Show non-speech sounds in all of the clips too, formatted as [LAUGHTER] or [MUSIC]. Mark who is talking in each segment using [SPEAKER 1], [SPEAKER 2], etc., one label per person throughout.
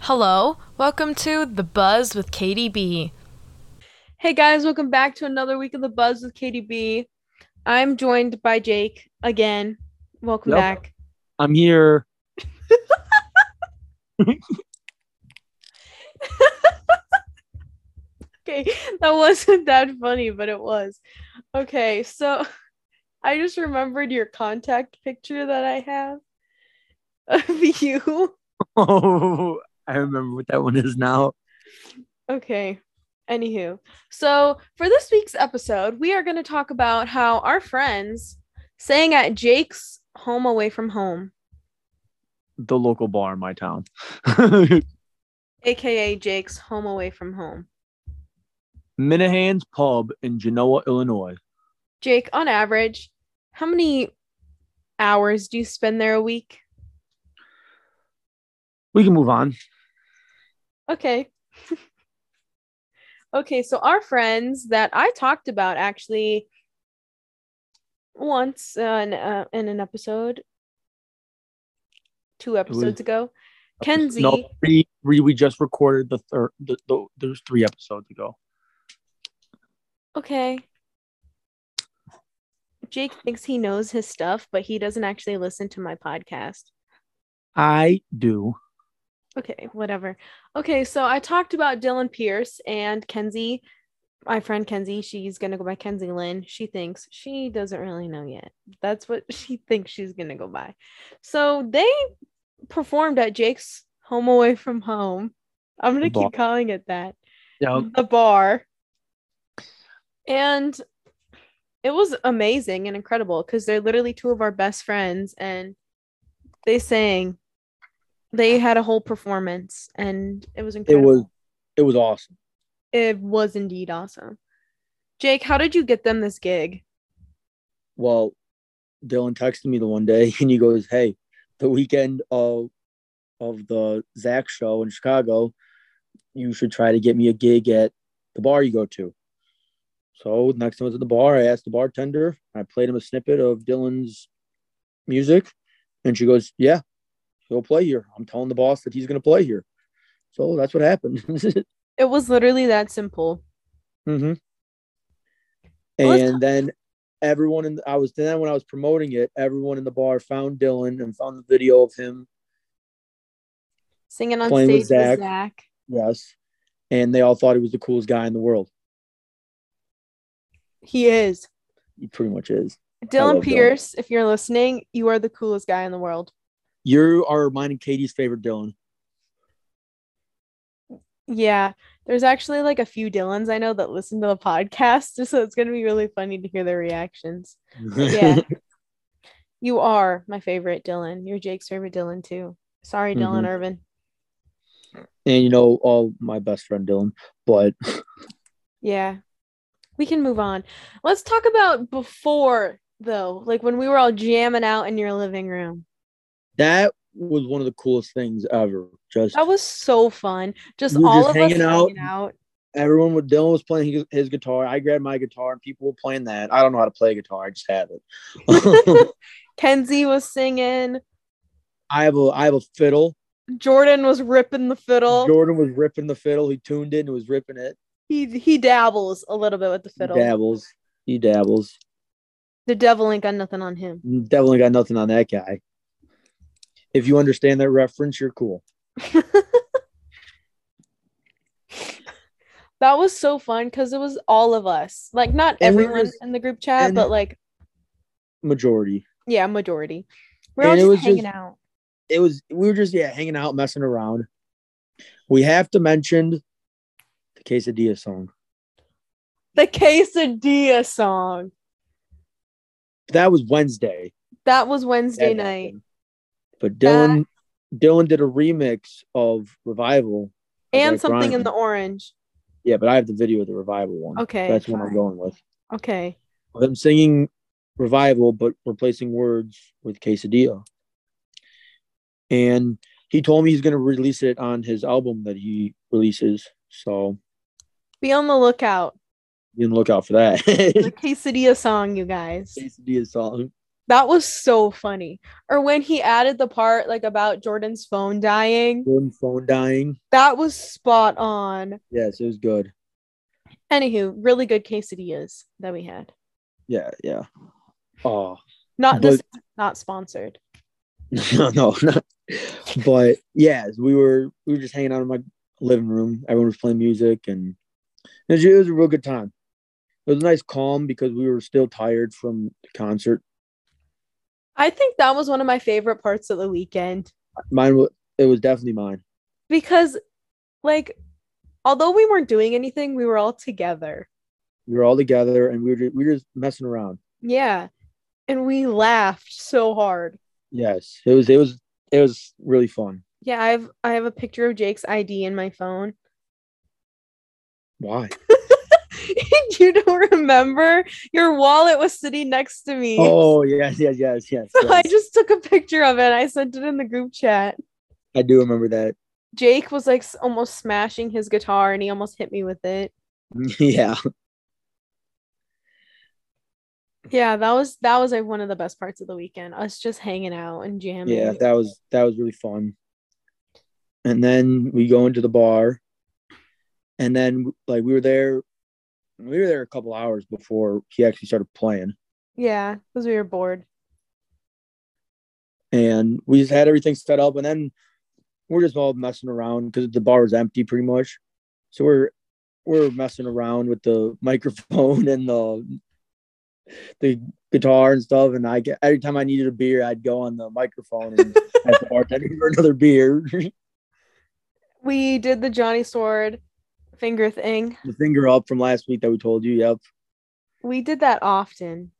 [SPEAKER 1] Hello, welcome to The Buzz with Katie B.
[SPEAKER 2] Hey guys, welcome back to another week of the Buzz with Katie B. I'm joined by Jake again. Welcome
[SPEAKER 3] Yep.
[SPEAKER 2] back.
[SPEAKER 3] I'm here. [LAUGHS]
[SPEAKER 2] Okay, [LAUGHS] that wasn't that funny, but it was. Okay, so [LAUGHS] I just remembered your contact picture that I have [LAUGHS] of you.
[SPEAKER 3] Oh, I remember what that one is now.
[SPEAKER 2] Okay. Anywho, so for this week's episode, we are going to talk about how our friends sang at Jake's home away from home,
[SPEAKER 3] The local bar in my town. [LAUGHS]
[SPEAKER 2] aka Jake's home away from home.
[SPEAKER 3] Minahan's Pub in Genoa, Illinois.
[SPEAKER 2] Jake, on average, how many hours do you spend there a week?
[SPEAKER 3] We can move on.
[SPEAKER 2] Okay. [LAUGHS] okay, so our friends that I talked about actually once uh, in, uh, in an episode, two episodes ago, Kenzie.
[SPEAKER 3] No, three, three. We just recorded the third. The, the, there's three episodes ago.
[SPEAKER 2] Okay. Jake thinks he knows his stuff, but he doesn't actually listen to my podcast.
[SPEAKER 3] I do.
[SPEAKER 2] Okay, whatever. Okay, so I talked about Dylan Pierce and Kenzie, my friend Kenzie. She's gonna go by Kenzie Lynn. She thinks she doesn't really know yet. That's what [LAUGHS] she thinks she's gonna go by. So they performed at Jake's home away from home. I'm gonna
[SPEAKER 3] Bar.
[SPEAKER 2] keep calling it that
[SPEAKER 3] Yeah,
[SPEAKER 2] the bar. And it was amazing and incredible because they're literally two of our best friends and they sang. They had a whole performance and it was
[SPEAKER 3] it
[SPEAKER 2] incredible.
[SPEAKER 3] was. It was awesome.
[SPEAKER 2] it was indeed awesome. Jake, how did you get them this gig?
[SPEAKER 3] Well, Dylan texted me the one day, [LAUGHS] and he goes, "Hey, the weekend of of the Zach show in Chicago, you should try to get me a gig at the bar you go to." So next time I was at the bar, I asked the bartender. I played him a snippet of Dylan's music, and she goes, "Yeah, he'll play here. I'm telling the boss that he's going to play here." So that's what happened. [LAUGHS]
[SPEAKER 2] It was literally that simple.
[SPEAKER 3] Mm-hmm.
[SPEAKER 2] Well, it's-
[SPEAKER 3] And then everyone in I was then when I was promoting it, everyone in the bar found Dylan and found the video of him.
[SPEAKER 2] Singing on
[SPEAKER 3] Playing
[SPEAKER 2] stage with
[SPEAKER 3] with
[SPEAKER 2] Zach.
[SPEAKER 3] Zach. Yes. And they all thought he was the coolest guy in the world.
[SPEAKER 2] He is.
[SPEAKER 3] He pretty much is. love
[SPEAKER 2] Dylan
[SPEAKER 3] Dylan.
[SPEAKER 2] Pierce, if you're listening, you are the coolest guy in the world.
[SPEAKER 3] You are mine and Katie's favorite Dylan.
[SPEAKER 2] Yeah, there's actually like a few Dylans I know that listen to the podcast, [LAUGHS] so it's gonna be really funny to hear their reactions. Yeah, you are my favorite Dylan. You're Jake's favorite Dylan too. Sorry, Dylan
[SPEAKER 3] Mhm.
[SPEAKER 2] Irvin.
[SPEAKER 3] [LAUGHS] and you know, all my best friend Dylan. But
[SPEAKER 2] Yeah, we can move on. Let's talk about before though, like when we were all jamming out in your living room.
[SPEAKER 3] that was one of the coolest things ever. Just
[SPEAKER 2] That was so fun. Just
[SPEAKER 3] We were
[SPEAKER 2] all
[SPEAKER 3] just
[SPEAKER 2] of us
[SPEAKER 3] hanging out.
[SPEAKER 2] hanging out.
[SPEAKER 3] everyone with Dylan was playing his, his guitar. I grabbed my guitar and people were playing that. I don't know how to play guitar. I just have it. [LAUGHS]
[SPEAKER 2] Kenzie was singing.
[SPEAKER 3] I have a I have a fiddle.
[SPEAKER 2] Jordan was ripping the fiddle.
[SPEAKER 3] Jordan was ripping the fiddle. He tuned in and was ripping it.
[SPEAKER 2] he he dabbles a little bit with the fiddle.
[SPEAKER 3] He dabbles. He dabbles.
[SPEAKER 2] The devil ain't got nothing on him.
[SPEAKER 3] Definitely got nothing on that guy. If you understand that reference, you're cool.
[SPEAKER 2] That was so fun because it was all of us. Like not
[SPEAKER 3] And we
[SPEAKER 2] everyone
[SPEAKER 3] was-
[SPEAKER 2] in the group chat,
[SPEAKER 3] and-
[SPEAKER 2] but like
[SPEAKER 3] Majority.
[SPEAKER 2] yeah, majority. We We're all
[SPEAKER 3] And it
[SPEAKER 2] just
[SPEAKER 3] was
[SPEAKER 2] hanging
[SPEAKER 3] just-
[SPEAKER 2] out.
[SPEAKER 3] It was we were just yeah hanging out, messing around. We have to mention the quesadilla song.
[SPEAKER 2] The quesadilla song.
[SPEAKER 3] That was Wednesday.
[SPEAKER 2] That was Wednesday
[SPEAKER 3] That
[SPEAKER 2] night.
[SPEAKER 3] happened. But Dylan Dylan did a remix of Revival. of
[SPEAKER 2] And
[SPEAKER 3] that
[SPEAKER 2] something in
[SPEAKER 3] grind.
[SPEAKER 2] the orange.
[SPEAKER 3] Yeah, but I have the video of the Revival one.
[SPEAKER 2] Okay,
[SPEAKER 3] That's what I'm
[SPEAKER 2] fine.
[SPEAKER 3] going with.
[SPEAKER 2] Okay.
[SPEAKER 3] of them singing revival but replacing words with quesadilla and he told me he's going to release it on his album that he releases so
[SPEAKER 2] Be on the lookout.
[SPEAKER 3] Be on the lookout for that. [LAUGHS]
[SPEAKER 2] The quesadilla song, you guys.
[SPEAKER 3] Quesadilla song.
[SPEAKER 2] That was so funny. Or when he added the part like about Jordan's phone dying,
[SPEAKER 3] Jordan phone dying.
[SPEAKER 2] that was spot on.
[SPEAKER 3] Yes, it was good.
[SPEAKER 2] Anywho, really good quesadillas that we had.
[SPEAKER 3] Yeah, yeah. Oh
[SPEAKER 2] Not this, is not sponsored.
[SPEAKER 3] [LAUGHS] no, no, not. But yeah, we were we were just hanging out in my living room. Everyone was playing music, and it was, it was a real good time. It was a nice calm because we were still tired from the concert.
[SPEAKER 2] I think that was one of my favorite parts of the weekend
[SPEAKER 3] Mine was it was definitely mine.
[SPEAKER 2] because, like, although we weren't doing anything, we were all together.
[SPEAKER 3] We were all together, and we were ju- we were just messing around.
[SPEAKER 2] Yeah. And we laughed so hard.
[SPEAKER 3] Yes, it was it was it was really fun.
[SPEAKER 2] Yeah, I have I have a picture of Jake's ID in my phone. [LAUGHS]
[SPEAKER 3] Why?
[SPEAKER 2] you don't remember? Your wallet was sitting next to me.
[SPEAKER 3] Oh yes, yes, yes, yes.
[SPEAKER 2] So [LAUGHS] I
[SPEAKER 3] yes.
[SPEAKER 2] just took a picture of it. and I sent it in the group chat.
[SPEAKER 3] I do remember that. [LAUGHS]
[SPEAKER 2] Jake was like s- almost smashing his guitar and he almost hit me with it.
[SPEAKER 3] yeah.
[SPEAKER 2] Yeah, that was that was like one of the best parts of the weekend. Us just hanging out and jamming.
[SPEAKER 3] yeah that was that was really fun and then we go into the bar and then like we were there we were there a couple hours before he actually started playing
[SPEAKER 2] Yeah, because we were bored.
[SPEAKER 3] and we just had everything set up and then we're just all messing around because the bar was empty pretty much so we're we're messing around with the [LAUGHS] microphone and the the guitar and stuff and i get every time i needed a beer i'd go on the microphone and ask the bartender for another beer [LAUGHS]
[SPEAKER 2] We did the Johnny Sword finger thing.
[SPEAKER 3] the finger up from last week that we told you. Yep.
[SPEAKER 2] We did that often.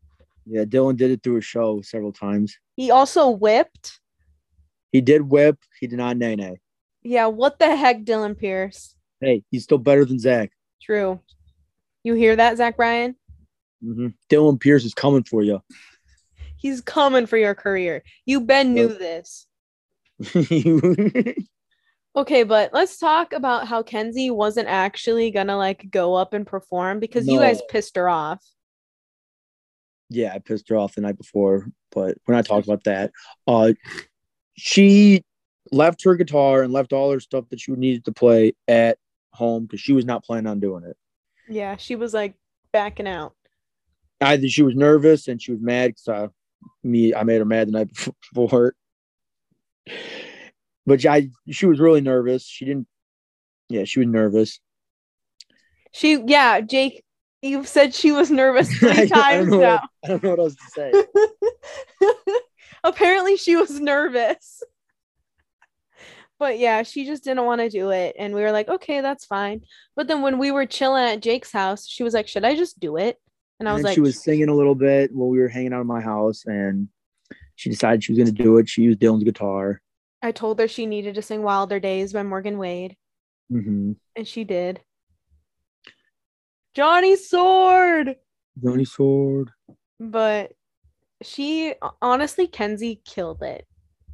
[SPEAKER 3] Yeah, Dylan did it through a show several times.
[SPEAKER 2] He also whipped.
[SPEAKER 3] He did whip. He did not nay nay.
[SPEAKER 2] Yeah, what the heck, Dylan Pierce?
[SPEAKER 3] Hey, he's still better than Zach.
[SPEAKER 2] True. You hear that, Zach Bryan?
[SPEAKER 3] hmm Dylan Pierce is coming for you.
[SPEAKER 2] He's coming for your career. You Ben knew this. Okay, but let's talk about how Kenzie wasn't actually gonna like go up and perform because you guys
[SPEAKER 3] No.
[SPEAKER 2] pissed her off.
[SPEAKER 3] [LAUGHS] yeah, I pissed her off the night before, but we're not talking about that. Uh, she left her guitar and left all her stuff that she needed to play at home because she was not planning on doing it.
[SPEAKER 2] Yeah, she was like backing out.
[SPEAKER 3] Either she was nervous and she was mad because I, me, I made her mad the night [LAUGHS] before. But I, she was really nervous. She didn't. Yeah, she was nervous. [LAUGHS]
[SPEAKER 2] She yeah, Jake, you've said she was nervous
[SPEAKER 3] [LAUGHS] I
[SPEAKER 2] three
[SPEAKER 3] don't- I
[SPEAKER 2] times
[SPEAKER 3] don't know
[SPEAKER 2] now.
[SPEAKER 3] I don't know what else to
[SPEAKER 2] [LAUGHS]
[SPEAKER 3] say.
[SPEAKER 2] Apparently she was nervous. But yeah, she just didn't want to do it. And we were like, okay, that's fine. But then when we were chilling at Jake's house, she was like, should I just do it? And I was
[SPEAKER 3] then
[SPEAKER 2] like,
[SPEAKER 3] she was singing a little bit while we were hanging out at my house, and she decided she was going to do it. She used Dylan's guitar.
[SPEAKER 2] I told her she needed to sing Wilder Days by Morgan Wade,
[SPEAKER 3] Mm-hmm.
[SPEAKER 2] and she did. Johnny Sword!
[SPEAKER 3] Johnny Sword.
[SPEAKER 2] But she honestly, Kenzie killed it.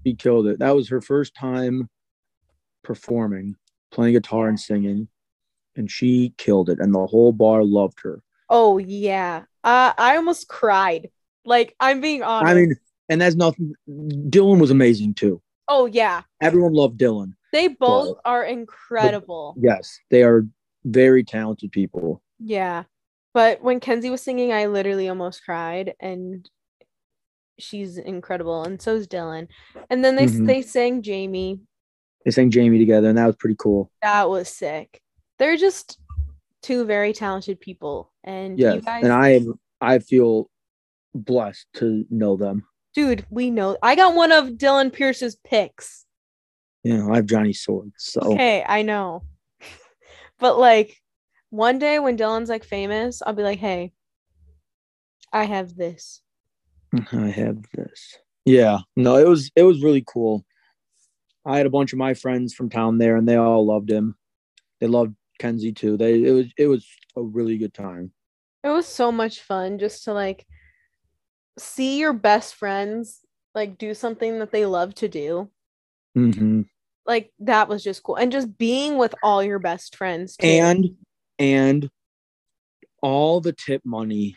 [SPEAKER 3] She killed it. That was her first time performing, playing guitar and singing, and she killed it. And the whole bar loved her.
[SPEAKER 2] Oh, yeah. Uh, I almost cried. Like, I'm being honest.
[SPEAKER 3] I mean, and that's nothing. Dylan was amazing too.
[SPEAKER 2] oh, yeah.
[SPEAKER 3] Everyone loved Dylan.
[SPEAKER 2] They both are incredible.
[SPEAKER 3] Yes, they are very talented people.
[SPEAKER 2] Yeah. But when Kenzie was singing, I literally almost cried and she's incredible and so is Dylan. And then they
[SPEAKER 3] Mhm.
[SPEAKER 2] they sang Jamie.
[SPEAKER 3] They sang Jamie together, and that was pretty cool.
[SPEAKER 2] That was sick. They're just two very talented people and
[SPEAKER 3] Yes,
[SPEAKER 2] you guys
[SPEAKER 3] and I am. I feel blessed to know them.
[SPEAKER 2] dude, we know. I got one of Dylan Pierce's picks.
[SPEAKER 3] You know, I have Johnny Sword, so
[SPEAKER 2] Okay, I know. [LAUGHS] but like one day when Dylan's like famous, I'll be like, "Hey, I have this."
[SPEAKER 3] I have this. Yeah, no, it was it was really cool. I had a bunch of my friends from town there, and they all loved him. They loved Kenzie too. They it was it was a really good time.
[SPEAKER 2] It was so much fun just to like see your best friends like do something that they love to do.
[SPEAKER 3] hmm
[SPEAKER 2] Like that was just cool. And just being with all your best friends too.
[SPEAKER 3] and and all the tip money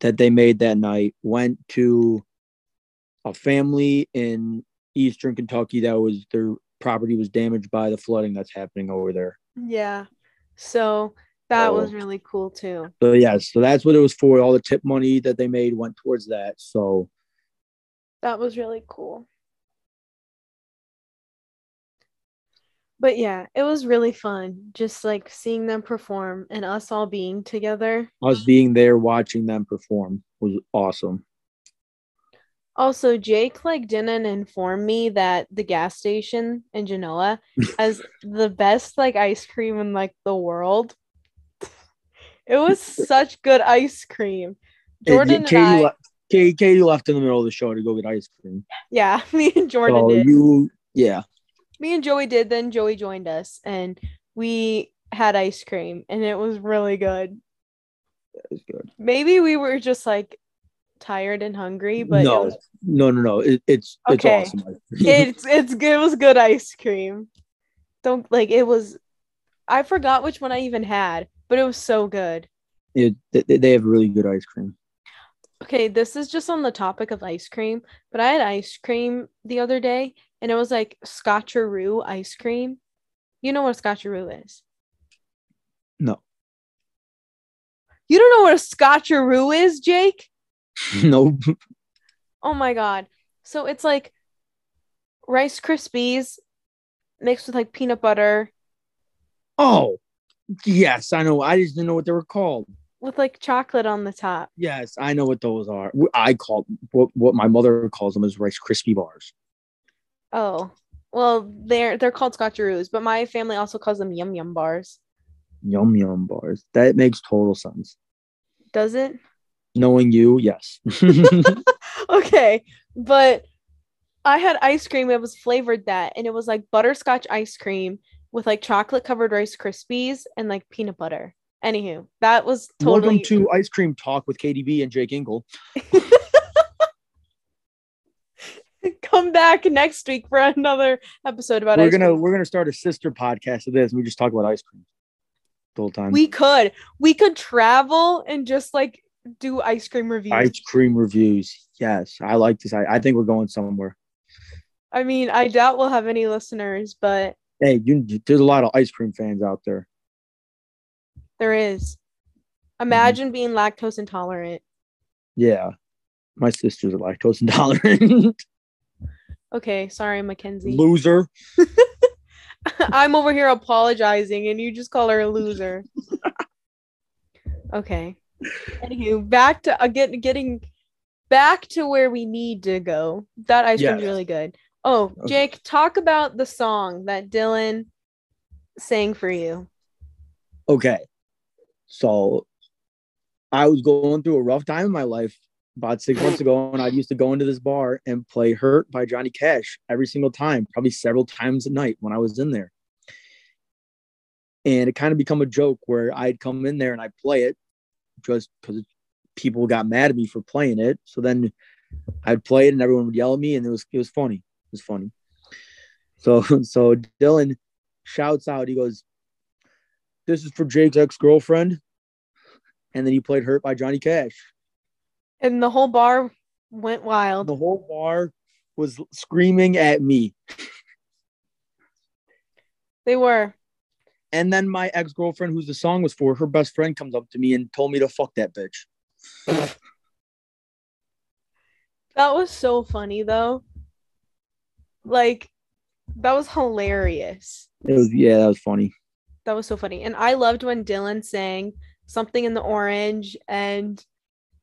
[SPEAKER 3] that they made that night went to a family in eastern Kentucky that was their property was damaged by the flooding that's happening over there.
[SPEAKER 2] Yeah. So that was
[SPEAKER 3] Oh.
[SPEAKER 2] really cool too.
[SPEAKER 3] So yeah, so that's what it was for. All the tip money that they made went towards that. So
[SPEAKER 2] That was really cool. But yeah, it was really fun just like seeing them perform and us all being together.
[SPEAKER 3] us being there watching them perform was awesome.
[SPEAKER 2] Also, Jake like didn't inform me that the gas station in
[SPEAKER 3] [LAUGHS]
[SPEAKER 2] Genoa has the best like ice cream in like the world. It was such good ice cream.
[SPEAKER 3] And
[SPEAKER 2] Jordan and
[SPEAKER 3] Katie,
[SPEAKER 2] I-
[SPEAKER 3] le- Katie, Katie left in the middle of the show to go get ice cream.
[SPEAKER 2] Yeah, [LAUGHS] me and Jordan
[SPEAKER 3] so
[SPEAKER 2] did.
[SPEAKER 3] Oh, you, yeah,
[SPEAKER 2] me and Joey did. Then Joey joined us, and we had ice cream, and it was really good.
[SPEAKER 3] it was good.
[SPEAKER 2] Maybe we were just like tired and hungry, but
[SPEAKER 3] no,
[SPEAKER 2] it was,
[SPEAKER 3] no, no, no. It, it's it's
[SPEAKER 2] Okay.
[SPEAKER 3] awesome.
[SPEAKER 2] it's it's good. It was good ice cream. Don't like it was. I forgot which one I even had, but it was so good.
[SPEAKER 3] [LAUGHS] It- they- they have really good ice cream. [LAUGHS]
[SPEAKER 2] Okay, this is just on the topic of ice cream, but I had ice cream the other day, and it was like Scotcheroo ice cream. You know what a Scotcheroo is?
[SPEAKER 3] No,
[SPEAKER 2] You don't know what a Scotcheroo is, Jake?
[SPEAKER 3] no,
[SPEAKER 2] Oh my god. So it's like Rice Krispies mixed with like peanut butter
[SPEAKER 3] Oh, yes, I know. I just didn't know what they were called.
[SPEAKER 2] with like chocolate on the top.
[SPEAKER 3] Yes, I know what those are. Wh- I call what what my mother calls them is Rice Krispie bars.
[SPEAKER 2] Oh. Well, they're they're called Scotcheroos, but my family also calls them yum yum bars.
[SPEAKER 3] Yum yum bars. That makes total sense.
[SPEAKER 2] Does it? [LAUGHS]
[SPEAKER 3] Knowing you, yes. [LAUGHS]
[SPEAKER 2] Okay. But I had ice cream that was flavored that and it was like butterscotch ice cream with like chocolate covered Rice Krispies and like peanut butter. Anywho, that was totally
[SPEAKER 3] Welcome to Ice Cream Talk with KDB and Jake Engel.
[SPEAKER 2] [LAUGHS] come back next week for another episode about
[SPEAKER 3] we're
[SPEAKER 2] ice
[SPEAKER 3] gonna
[SPEAKER 2] cream.
[SPEAKER 3] we're gonna start a sister podcast of this. And we just talk about ice cream the whole time.
[SPEAKER 2] we could we could travel and just like do ice cream reviews
[SPEAKER 3] ice cream reviews. Yes, I like this. I, I think we're going somewhere.
[SPEAKER 2] i mean i doubt we'll have any listeners but
[SPEAKER 3] Hey, you, there's a lot of ice cream fans out there.
[SPEAKER 2] there is imagine being lactose intolerant
[SPEAKER 3] Yeah, my sister's lactose intolerant.
[SPEAKER 2] okay sorry mackenzie
[SPEAKER 3] Loser.
[SPEAKER 2] [LAUGHS] i'm over here apologizing and you just call her a loser okay anywho back to uh, get, getting back to where we need to go that ice cream's
[SPEAKER 3] Yes.
[SPEAKER 2] really good oh
[SPEAKER 3] Okay.
[SPEAKER 2] jake talk about the song that dylan sang for you
[SPEAKER 3] Okay. So I was going through a rough time in my life about six months ago, and I used to go into this bar and play Hurt by Johnny Cash every single time, probably several times a night when I was in there. And it kind of become a joke where I'd come in there and I'd play it just because people got mad at me for playing it. So then I'd play it and everyone would yell at me, and it was it was funny. It was funny. So [LAUGHS] so Dylan shouts out, he goes, this is for Jake's ex girlfriend. And then he played Hurt by Johnny Cash.
[SPEAKER 2] and the whole bar went wild
[SPEAKER 3] The whole bar was screaming at me.
[SPEAKER 2] they were
[SPEAKER 3] And then my ex girlfriend, who's the song was for, her best friend comes up to me and told me to fuck that bitch.
[SPEAKER 2] that was so funny though like that was hilarious
[SPEAKER 3] It was, yeah, that was funny.
[SPEAKER 2] that was so funny and i loved when dylan sang something in the orange and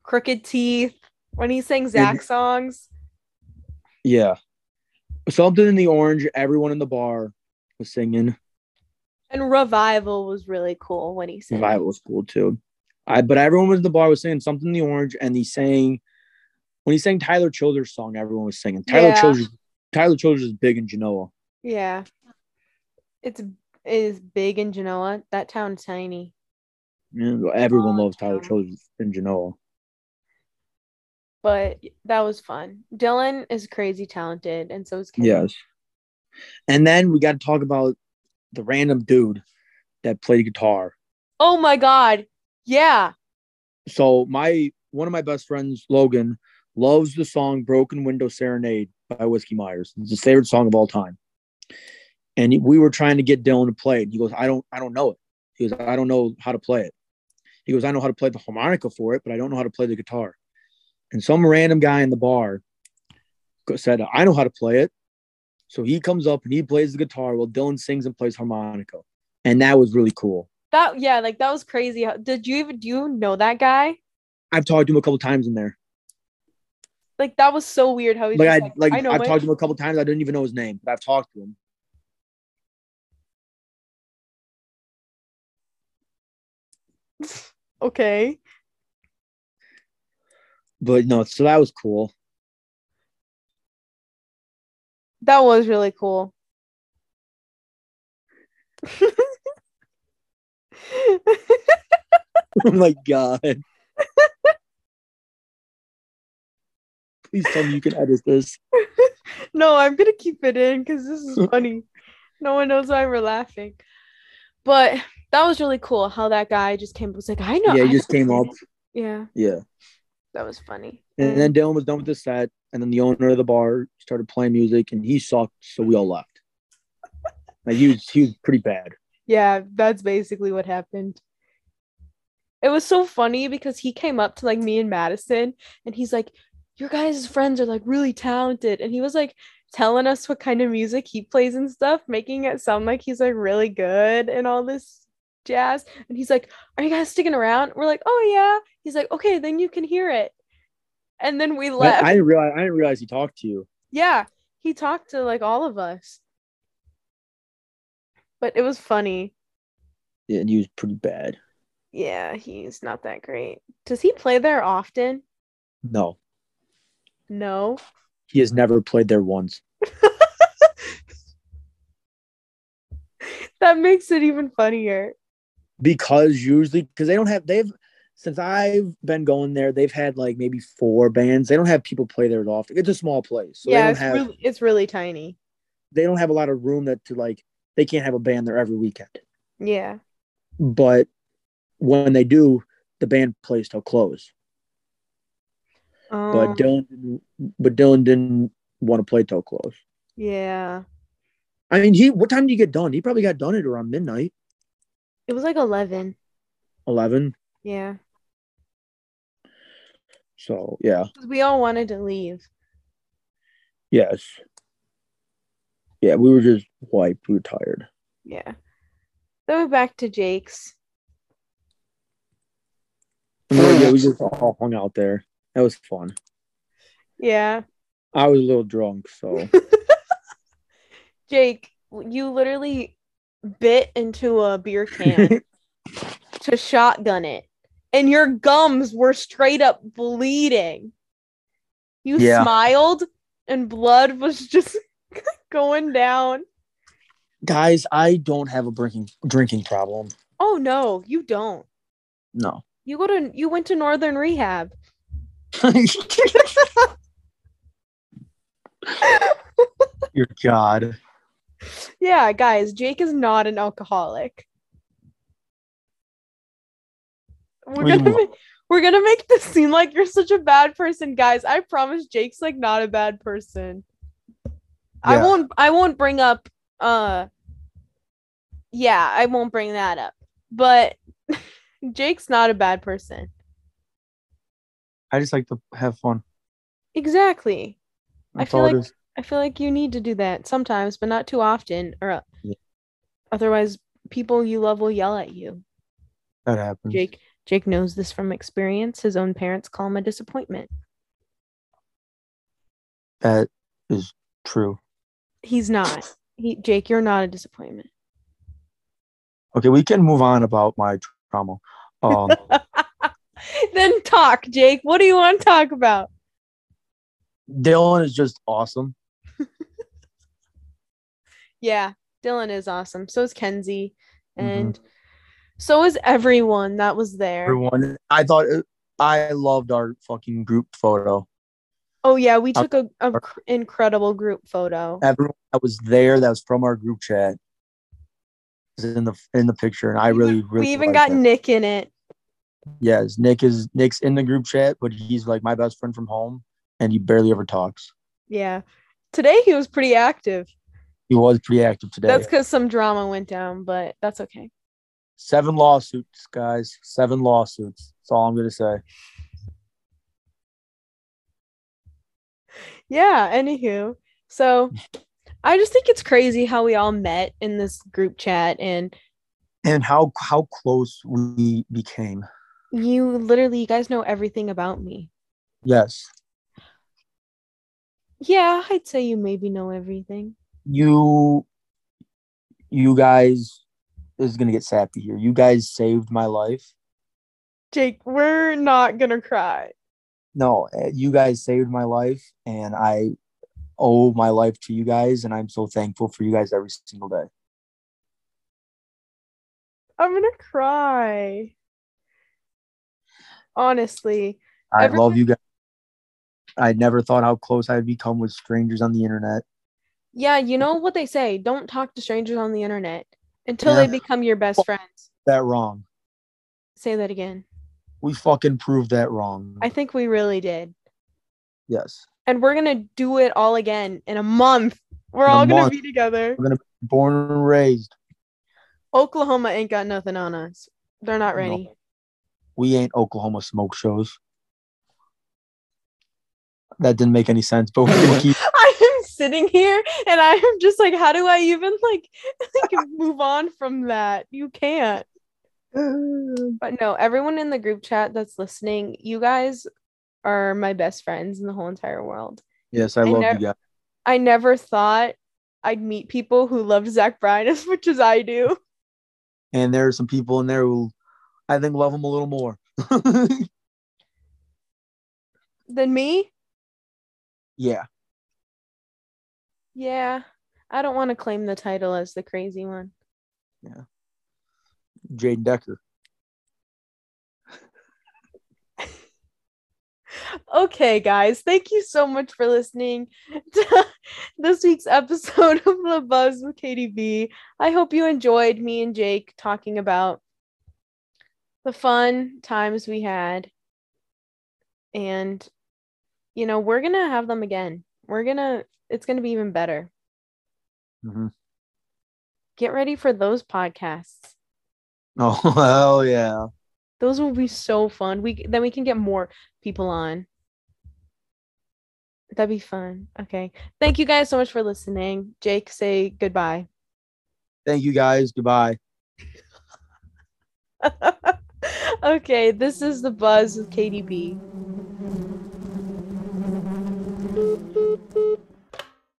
[SPEAKER 2] crooked teeth when he sang zach songs
[SPEAKER 3] Yeah. Something in the orange, everyone in the bar was singing.
[SPEAKER 2] and revival was really cool when he sang
[SPEAKER 3] Violet was cool too. I but everyone was in the bar was singing something in the orange, and he sang when he sang Tyler Childers' song, everyone was singing. Tyler
[SPEAKER 2] Yeah.
[SPEAKER 3] Childers Tyler Childers is big in Genoa.
[SPEAKER 2] yeah it's it is big in genoa that town's tiny
[SPEAKER 3] Yeah, everyone
[SPEAKER 2] Oh,
[SPEAKER 3] loves Tyler
[SPEAKER 2] yeah.
[SPEAKER 3] Childers in Genoa.
[SPEAKER 2] but that was fun dylan is crazy talented and so is Kenny.
[SPEAKER 3] Yes. And then we got to talk about the random dude that played guitar.
[SPEAKER 2] Oh my god. Yeah.
[SPEAKER 3] So my one of my best friends, Logan, loves the song "Broken Window Serenade" by Whiskey Myers. It's his favorite song of all time. And we were trying to get Dylan to play it. He goes, "I don't, I don't know it." He goes, "I don't know how to play it." He goes, "I know how to play the harmonica for it, but I don't know how to play the guitar." And some random guy in the bar go- said, "I know how to play it." So he comes up and he plays the guitar while Dylan sings and plays harmonica, and that was really cool.
[SPEAKER 2] That yeah, like that was crazy. How- Did you even do you know that guy?
[SPEAKER 3] I've talked to him a couple times in there.
[SPEAKER 2] Like that was so weird how he's
[SPEAKER 3] Like
[SPEAKER 2] just
[SPEAKER 3] I like
[SPEAKER 2] I know
[SPEAKER 3] I've
[SPEAKER 2] it.
[SPEAKER 3] talked
[SPEAKER 2] [LAUGHS]
[SPEAKER 3] to him a couple times. I didn't even know his name, but I've talked to him.
[SPEAKER 2] okay.
[SPEAKER 3] But no, so that was cool. [LAUGHS]
[SPEAKER 2] That was really cool. [LAUGHS]
[SPEAKER 3] oh my
[SPEAKER 2] [LAUGHS]
[SPEAKER 3] god. Please tell me you can edit this.
[SPEAKER 2] no, I'm gonna keep it in because this is funny. no one knows why we're laughing. But that was really cool how that guy just came was like, I know.
[SPEAKER 3] yeah,
[SPEAKER 2] I
[SPEAKER 3] he just
[SPEAKER 2] know
[SPEAKER 3] came up.
[SPEAKER 2] it." Yeah,
[SPEAKER 3] Yeah.
[SPEAKER 2] that was funny.
[SPEAKER 3] And then Dylan was done with the set, and then the owner of the bar started playing music, and he sucked, so we all left.
[SPEAKER 2] [LAUGHS]
[SPEAKER 3] Like he was, he was pretty bad.
[SPEAKER 2] yeah, that's basically what happened. It was so funny because he came up to like me and Madison and he's like, Your guys' friends are like really talented. And he was like telling us what kind of music he plays and stuff, making it sound like he's like really good and all this jazz. And he's like, Are you guys sticking around? We're like, Oh yeah. He's like, Okay, then you can hear it. And then we
[SPEAKER 3] I,
[SPEAKER 2] left.
[SPEAKER 3] I didn't realize I didn't realize he talked to you.
[SPEAKER 2] Yeah, he talked to like all of us. But it was funny.
[SPEAKER 3] Yeah, and he was pretty bad.
[SPEAKER 2] Yeah, he's not that great. Does he play there often?
[SPEAKER 3] No,
[SPEAKER 2] No.
[SPEAKER 3] he has never played there once.
[SPEAKER 2] That makes it even funnier.
[SPEAKER 3] because usually because they don't have they've since I've been going there, they've had like maybe four bands. They don't have people play there at all. It's a small place, so
[SPEAKER 2] yeah,
[SPEAKER 3] they
[SPEAKER 2] it's
[SPEAKER 3] don't have
[SPEAKER 2] really it's really tiny.
[SPEAKER 3] they don't have a lot of room that to like they can't have a band there every weekend.
[SPEAKER 2] Yeah.
[SPEAKER 3] But when they do, the band plays till close.
[SPEAKER 2] Um, Oh,
[SPEAKER 3] But Dylan, didn't- but Dylan didn't want to play till close.
[SPEAKER 2] yeah.
[SPEAKER 3] I mean, he what time did he get done? He probably got done at around midnight,
[SPEAKER 2] It was like 11.
[SPEAKER 3] eleven.
[SPEAKER 2] Yeah.
[SPEAKER 3] So yeah,
[SPEAKER 2] 'Cause We all wanted to leave.
[SPEAKER 3] yes, yeah. We were just wiped. We were tired.
[SPEAKER 2] Yeah. Then we're back to Jake's.
[SPEAKER 3] yeah, [SIGHS] we just all hung out there. That was fun.
[SPEAKER 2] Yeah.
[SPEAKER 3] I was a little drunk, so
[SPEAKER 2] Jake, you literally bit into a beer can to shotgun it, and your gums were straight up bleeding. You
[SPEAKER 3] Yeah.
[SPEAKER 2] smiled, and blood was just [LAUGHS] going down.
[SPEAKER 3] [LAUGHS] guys, I don't have a drinking drinking problem.
[SPEAKER 2] Oh no, you don't.
[SPEAKER 3] No.
[SPEAKER 2] You go to you went to Northern Rehab.
[SPEAKER 3] [LAUGHS] Your God.
[SPEAKER 2] Yeah, guys, Jake is not an alcoholic. We're
[SPEAKER 3] What do you
[SPEAKER 2] gonna
[SPEAKER 3] mean?
[SPEAKER 2] ma- we're gonna make this seem like you're such a bad person, guys. I promise Jake's like not a bad person. I
[SPEAKER 3] Yeah.
[SPEAKER 2] won't I won't bring up uh yeah, I won't bring that up. But [LAUGHS] Jake's not a bad person.
[SPEAKER 3] I just like to have fun.
[SPEAKER 2] Exactly. I
[SPEAKER 3] That's
[SPEAKER 2] feel
[SPEAKER 3] all it
[SPEAKER 2] like-
[SPEAKER 3] is.
[SPEAKER 2] I feel like you need to do that sometimes, but not too often, or uh,
[SPEAKER 3] Yeah.
[SPEAKER 2] otherwise people you love will yell at you.
[SPEAKER 3] That happens.
[SPEAKER 2] Jake Jake knows this from experience. His own parents call him a disappointment.
[SPEAKER 3] That is true.
[SPEAKER 2] He's not. He Jake, you're not a disappointment. [LAUGHS]
[SPEAKER 3] Okay, we can move on about my trauma. Um,
[SPEAKER 2] [LAUGHS] then talk, Jake. What do you want to talk about?
[SPEAKER 3] Dylan is just awesome.
[SPEAKER 2] Yeah, Dylan is awesome. So is Kenzie,
[SPEAKER 3] Mhm.
[SPEAKER 2] and so is everyone that was there.
[SPEAKER 3] Mm-hmm. Everyone, I thought uh, I loved our fucking group photo.
[SPEAKER 2] Oh yeah, we
[SPEAKER 3] Uh,
[SPEAKER 2] took a, a cr- incredible group photo.
[SPEAKER 3] everyone that was there that was from our group chat is in the in the picture, and I
[SPEAKER 2] We
[SPEAKER 3] really really
[SPEAKER 2] we even
[SPEAKER 3] like
[SPEAKER 2] got
[SPEAKER 3] that.
[SPEAKER 2] Nick in it.
[SPEAKER 3] Yes, Nick is Nick's in the group chat, but he's like my best friend from home, and he barely ever talks.
[SPEAKER 2] Yeah. Today he was pretty active.
[SPEAKER 3] He was pretty active today.
[SPEAKER 2] That's because some drama went down, but that's okay.
[SPEAKER 3] Seven lawsuits, guys. Seven lawsuits. That's all I'm gonna say.
[SPEAKER 2] Yeah, anywho. [LAUGHS] So I just think it's crazy how we all met in this group chat and
[SPEAKER 3] And how how close we became.
[SPEAKER 2] you literally you guys know everything about me.
[SPEAKER 3] Yes,
[SPEAKER 2] Yeah, I'd say you maybe know everything.
[SPEAKER 3] you, you guys this is gonna get sappy here. You guys saved my life.
[SPEAKER 2] Jake, we're not gonna cry.
[SPEAKER 3] No, eh, you guys saved my life, and I owe my life to you guys, and I'm so thankful for you guys every single day.
[SPEAKER 2] I'm gonna cry. Honestly.
[SPEAKER 3] I love
[SPEAKER 2] Everyone-
[SPEAKER 3] you guys. I never thought how close I'd become with strangers on the internet.
[SPEAKER 2] Yeah, you know what they say. Don't talk to strangers on the internet until
[SPEAKER 3] Yeah.
[SPEAKER 2] they become your best
[SPEAKER 3] Well-
[SPEAKER 2] friends.
[SPEAKER 3] That wrong.
[SPEAKER 2] Say that again.
[SPEAKER 3] We fucking proved that wrong.
[SPEAKER 2] I think we really did.
[SPEAKER 3] yes.
[SPEAKER 2] And we're gonna do it all again in a month. We're
[SPEAKER 3] In a
[SPEAKER 2] all gonna
[SPEAKER 3] month.
[SPEAKER 2] be together.
[SPEAKER 3] Born and raised.
[SPEAKER 2] Oklahoma ain't got nothing on us. They're not
[SPEAKER 3] No.
[SPEAKER 2] ready. [LAUGHS]
[SPEAKER 3] We ain't Oklahoma smoke shows. That didn't make any sense, but we're gonna keep
[SPEAKER 2] I am sitting here and I am just like, how do I even like, [LAUGHS] like move on from that? You
[SPEAKER 3] [SIGHS]
[SPEAKER 2] can't. But no, everyone in the group chat that's listening, you guys are my best friends in the whole entire world.
[SPEAKER 3] Yes, I
[SPEAKER 2] I
[SPEAKER 3] love
[SPEAKER 2] nev-
[SPEAKER 3] you guys.
[SPEAKER 2] I never thought I'd meet people who love Zach Bryan as much as I do.
[SPEAKER 3] And there are some people in there who I think love him a little more. [LAUGHS]
[SPEAKER 2] Than me?
[SPEAKER 3] yeah.
[SPEAKER 2] Yeah. I don't want to claim the title as the crazy one.
[SPEAKER 3] Jaden Decker.
[SPEAKER 2] Okay, guys, thank you so much for listening [LAUGHS] to this week's episode of The Buzz with Katie B. I hope you enjoyed me and Jake talking about the fun times we had. And, you know, we're going to have them again. We're going to, it's going to be even better.
[SPEAKER 3] Mhm.
[SPEAKER 2] Get ready for those podcasts.
[SPEAKER 3] [LAUGHS] Oh hell yeah.
[SPEAKER 2] Those will be so fun. We then we can get more people on. That'd be fun. Okay. Thank you guys so much for listening. Jake, say goodbye. [LAUGHS]
[SPEAKER 3] Thank you guys. Goodbye.
[SPEAKER 2] okay, this is the buzz with KDB.